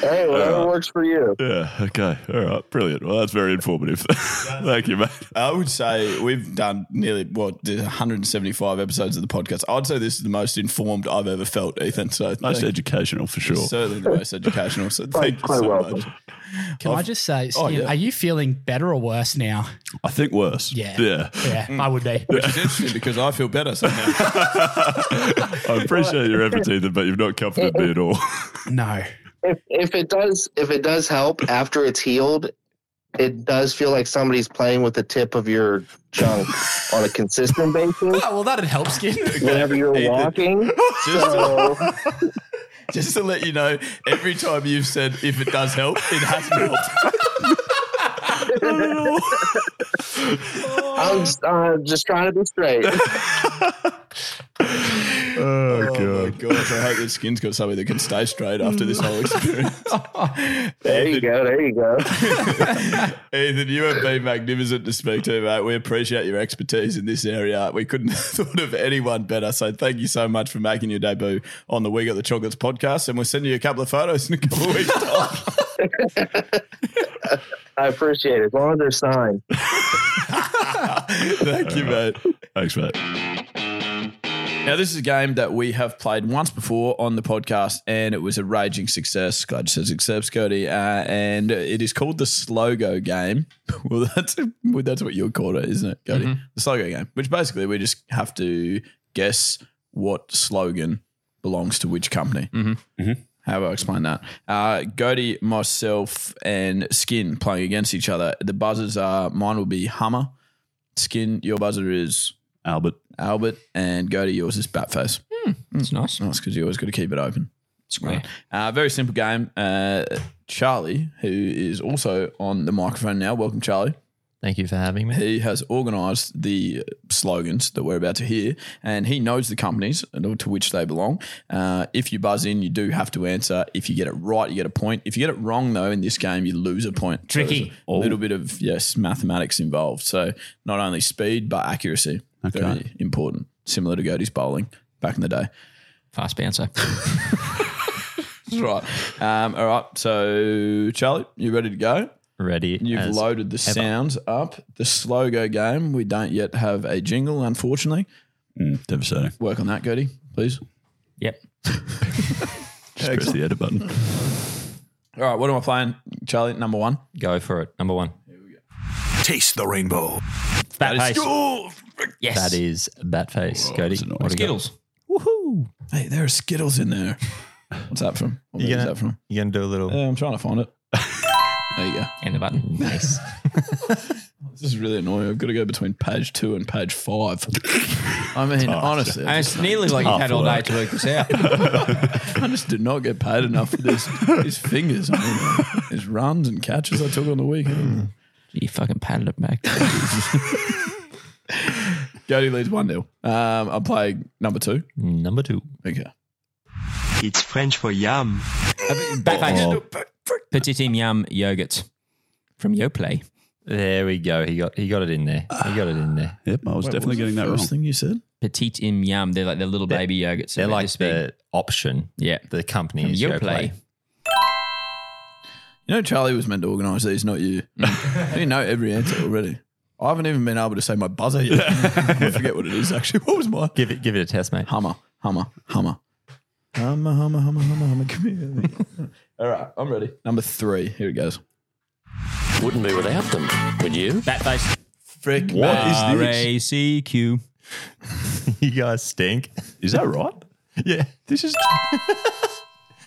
B: Hey, whatever
C: Uh,
B: works for you.
C: Yeah. Okay. All right. Brilliant. Well, that's very informative. Thank you, mate.
F: I would say we've done nearly what 175 episodes of the podcast. I'd say this is the most informed I've ever felt, Ethan. So
C: Most educational Oh, for sure.
F: Certainly the most educational. So
C: Quite-
F: thank you
C: quite
F: so
C: welcome.
F: much.
K: Can i just say,
F: Oh,
K: Ian,
F: yeah.
K: are you feeling better or worse now?
C: I think worse.
K: Yeah.
C: Yeah.
K: Yeah, I would be.
F: Mm. Which is interesting because I feel better somehow.
C: I appreciate your efforts, Ethan, but you've not comforted me at all.
K: No.
B: If if it does if it does help after it's healed, it does feel like somebody's playing with the tip of your junk on a consistent basis.
K: Oh, well, that'd help, Skin.
B: Whenever you're
F: Ethan.
B: walking, so
F: Just to let you know, every time you've said if it does help, it has helped.
B: I'm just, uh, just trying to be straight.
C: Oh,
F: my gosh! I hope this skin's got something that can stay straight after this whole experience.
B: There you go. There you go.
F: Ethan, you have been magnificent to speak to, mate. We appreciate your expertise in this area. We couldn't have thought of anyone better. So thank you so much for making your debut on the We Got the Chocolates podcast. And we'll send you a couple of photos in a couple of weeks. time.
B: I appreciate it. As long as they're signed.
F: Thank you, mate.
C: Thanks, mate.
F: Now, this is a game that we have played once before on the podcast, and it was a raging success. God just says, accepts Cody. Uh, and it is called the Slogo game. Well, that's, well, that's what you called it, isn't it, Cody?
I: Mhm.
F: The Slogo game, which basically we just have to guess what slogan belongs to which company. Mm-hmm. How do I explain that? Uh, Cody, myself, and Skin playing against each other. The buzzers are mine will be Hummer, Skin, your buzzer is
C: Albert.
F: Albert, and go to yours is Batface.
G: Hmm,
F: Hmm.
G: That's nice.
F: That's because you always got to keep it open. It's great. Uh, very simple game. Uh, Charlie, who is also on the microphone now, welcome, Charlie.
L: Thank you for having me.
F: He has organised the slogans that we're about to hear, and he knows the companies to which they belong. Uh, if you buzz in, you do have to answer. If you get it right, you get a point. If you get it wrong, though, in this game, you lose a point. So there's
I: Tricky.
F: a little bit of yes mathematics involved. So not only speed but accuracy.
C: Okay.
F: Very important. Similar to Goaty's bowling back in the day.
L: Fast bouncer.
F: That's right. Um, all right. So, Charlie, you ready to go?
L: Ready.
F: You've
L: as
F: loaded the
L: ever.
F: sounds up. The slow go game. We don't yet have a jingle, unfortunately.
C: Mm, devastating.
F: Work on that, Gertie, please.
L: Yep.
C: Just press the edit button.
F: All right. What am I playing, Charlie? Number one.
L: Go for it. Number one.
F: Taste the rainbow.
L: Bat
F: That is-
L: face.
F: Oh,
L: Yes. That is bat face. Cody. what do you got?
F: Woohoo! Hey, there are Skittles in there. What's that from? What
L: You
F: movie is
L: gonna-
F: that from?
L: you gonna do a little-
F: Yeah, I'm trying to find it. there you go.
L: And the button. Nice.
F: this is really annoying. I've got to go between page two and page five. Oh, I mean, honestly,
G: And it's nearly like you've had all day to work this out.
F: I just did not get paid enough for this. His fingers, I mean, his runs and catches I took on the weekend.
L: You fucking patted it back.
F: Jody leads one 0 Um, I'm playing number two.
L: Number two.
F: Okay.
L: It's French for yum. Bat face. Petit team yum yogurt from Yoplait. There we go. He got he got it in there. He got it in there.
C: Yep, I was definitely getting that wrong.
F: thing you said?
L: Petite Im Yum. They're like the little baby yogurts. They're about like this big. the option. Yeah. The company From is
F: Yoplait.
L: Yoplait.
F: You know, Charlie was meant to organise these, not you. you know every answer already. I haven't even been able to say my buzzer yet. I forget what it is actually. What was mine?
L: Give it give it a test, mate.
F: Hummer, hummer, hummer. Hummer, hummer, hummer, hummer, hummer. Come here. All right, I'm ready. Number three. Here it goes.
L: Wouldn't be without them, would you? Bat face.
F: Frick.
L: What
F: man.
L: is RACQ. you guys stink.
C: Is that right?
L: Yeah.
C: This is.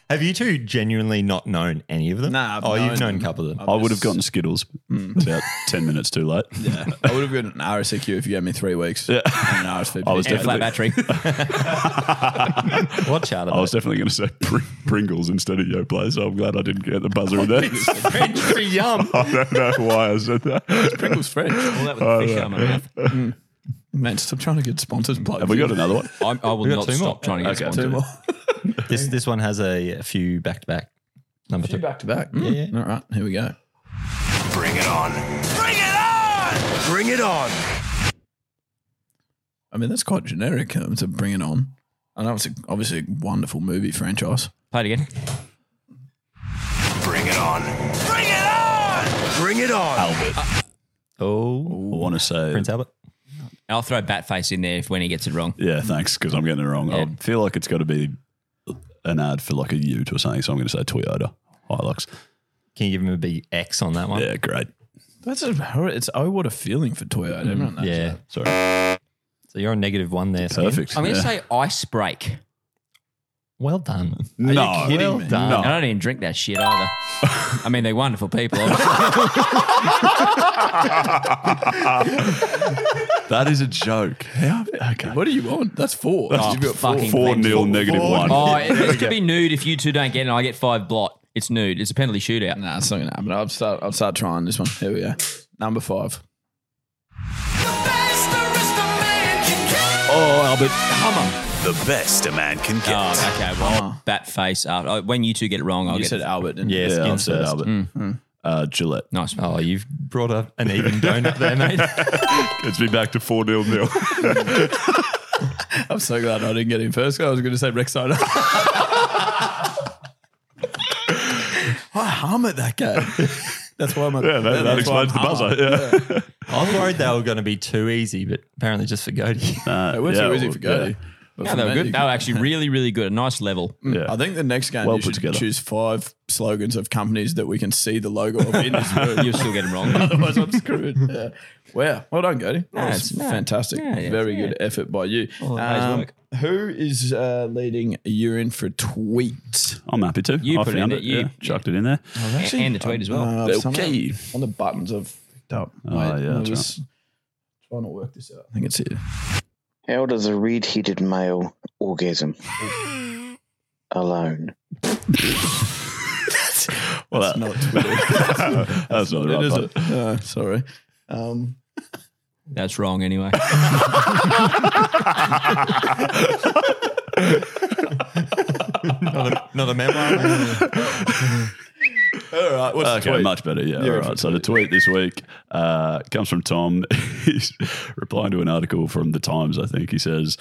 L: Have you two genuinely not known any of them?
F: Nah, I've
L: oh, you've
F: known
L: known a couple of them.
C: I would have gotten Skittles about 10 minutes too late.
F: Yeah. I would have got an RSQ if you gave me three weeks. Yeah. An RSVP.
C: I was
F: And a flat
C: definitely-
L: Watch out!
C: I was definitely going to say Pr- Pringles instead of Yoplait, so I'm glad I didn't get the buzzer in there.
L: French for yum.
C: I don't know why I said that. Oh,
F: Pringles French. All that
C: with the fish arm in my mouth.
F: Mm. Man, stop trying to get sponsors. Bloke.
C: Have we got another one?
G: I'm, I will
L: We got
G: not
L: two more.
G: stop trying to get
L: Okay,
G: okay,
L: two
G: one.
F: more.
L: This this one has a, a few back to back. Number two.
F: Back to back. Mm. All right, here we go.
A: Bring it on. Bring it on. Bring it on.
F: I mean, that's quite generic um, to bring it on. I know it's a, obviously a wonderful movie franchise.
L: Play it again.
A: Bring it on! Bring it on! Bring it on!
C: Albert.
G: Oh,
C: I want to say Prince
G: Albert. I'll throw Batface in there if when he gets it wrong.
C: Yeah, thanks, because I'm getting it wrong. I feel like it's got to be an ad for like a Ute or something, so I'm going to say Toyota Hilux.
L: Can you give him a big X on that one?
C: Yeah, great.
F: That's a hor- it's oh what a feeling for Toyota. Everyone knows
L: yeah.
F: that.
L: Sorry. So you're on negative one there. Skin.
F: Perfect,
G: I'm going to say ice break.
L: Well done.
G: Are you kidding
L: well
G: me?
L: Done.
G: I don't even drink that shit either. I mean, they're wonderful people. Oh,
C: that is a joke. How?
F: What do you want? That's four.
G: Oh,
F: You've got
G: fucking
C: Four
G: thanks.
C: nil, negative one.
G: Oh, it, it could be nude if you two don't get it. and I get five blot. It's nude. It's a penalty shootout.
F: Nah, it's not gonna happen. I'll start. I'll start trying this one. Here we go. Number five.
G: Oh, Albert, Hummer.
M: The best a man can get.
G: Oh, okay. Well, bat face after. oh, When you two get it wrong, I'll
F: You
G: get
F: said Albert, didn't
L: Yeah,
G: Yes,
L: you? skin first.
G: Mm.
C: Uh, Gillette.
G: Nice.
L: Oh, you've brought up an even donut there, mate.
C: Gets me back to four nil nil.
F: I'm so glad I didn't get him first. I was going to say Rex Snyder. I hum at that game. That's why I'm.
C: Yeah, that- that
F: that's why I'm
C: explains the buzzer,
F: hummer.
C: yeah.
L: I was worried they were going to be too easy, but apparently just for Goaty.
C: Uh,
F: It was too easy for Cody. But
G: No,
F: for
G: they were
F: men, you
G: good. They
F: can-
G: were actually really, really good. A nice level.
C: Hmm.
F: I think the next game
G: Well
F: you
G: put
F: should
G: together.
F: choose five slogans of companies that we can see the logo of in this room.
G: You'll still get them wrong.
F: Otherwise, I'm screwed. Yeah. Wow. Well done, Cody. That
G: No,
F: was
G: it's- no.
F: fantastic.
G: Yeah, yeah,
F: Very
G: yeah.
F: good effort by you. Um,
G: All the day's work.
F: who is uh, leading urine for tweet?
C: I'm happy to.
F: You
C: I
F: put it
C: found
F: in
C: it.
F: there. You-
C: yeah, chucked it in there.
G: Oh, actually, And the tweet as well.
F: Uh,
C: Okay.
F: somehow On the buttons I've picked up.
C: Oh,
F: Wait,
C: yeah,
F: I
C: that's
F: was trying to work this out. I think it's here.
N: How does a red headed male orgasm? Alone.
C: Well,
F: that's
C: that-
F: not Twitter.
C: That's not the
F: it,
C: right
F: is
C: button.
F: it? Uh, sorry. Um,
G: That's wrong anyway.
L: not, a, not a memoir.
F: All right. What's
C: okay,
F: the tweet?
C: much better. Yeah.
F: Yeah,
C: all right. So the tweet this week uh, comes from Tom. He's replying to an article from the Times. I think he says,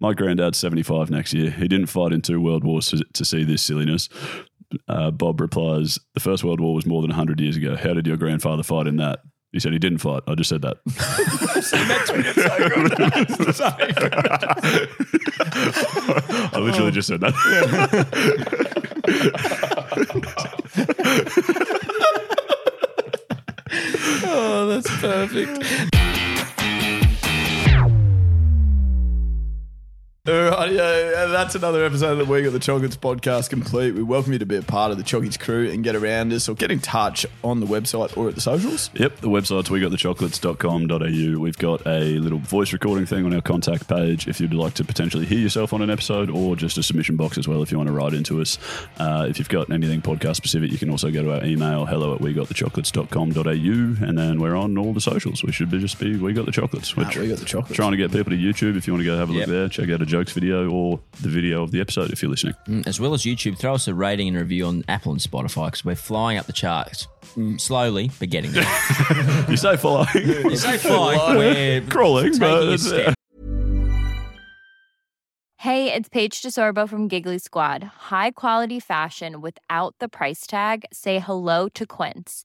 C: "My granddad's seventy-five next year. He didn't fight in two world wars to, to see this silliness." Uh, Bob replies, "The first world war was more than hundred years ago. How did your grandfather fight in that?" He said he didn't fight. I just said that. I literally just said that.
F: Oh, that's perfect. Alright, yeah, and that's another episode of the Week of the Chocolates podcast complete. We welcome you to be a part of the Chocolates crew and get around us or get in touch on the website or at the socials.
C: Yep, the website's we got thechocolates.com.au. We've got a little voice recording thing on our contact page if you'd like to potentially hear yourself on an episode or just a submission box as well if you want to write into us. Uh, if you've got anything podcast specific, you can also go to our email hello at we got thechocolates.com.au and then we're on all the socials. We should be just be We Got the Chocolates. We're
F: Ah, We Got The Chocolates.
C: Trying to get people to YouTube if you want to go have a look there, check out a jokes video or the video of the episode if you're listening.
G: Mm, as well as YouTube, throw us a rating and review on Apple and Spotify because we're flying up the charts. Mm, Slowly, but getting there.
C: you say flying.
G: You say flying. We're
C: Crawling,
G: taking
C: but
G: a
C: it's- uh,
G: step.
O: Hey, it's Paige DeSorbo from Giggly Squad. High quality fashion without the price tag. Say hello to Quince.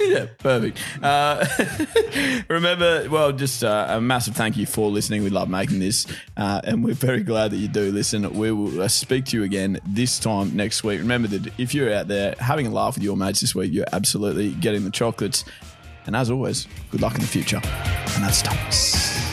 F: Yeah, perfect. Uh, remember, well, just uh, a massive thank you for listening. We love making this, uh, and we're very glad that you do listen. We will uh, speak to you again this time next week. Remember that if you're out there having a laugh with your mates this week, you're absolutely getting the chocolates. And as always, good luck in the future. And that's Thomas.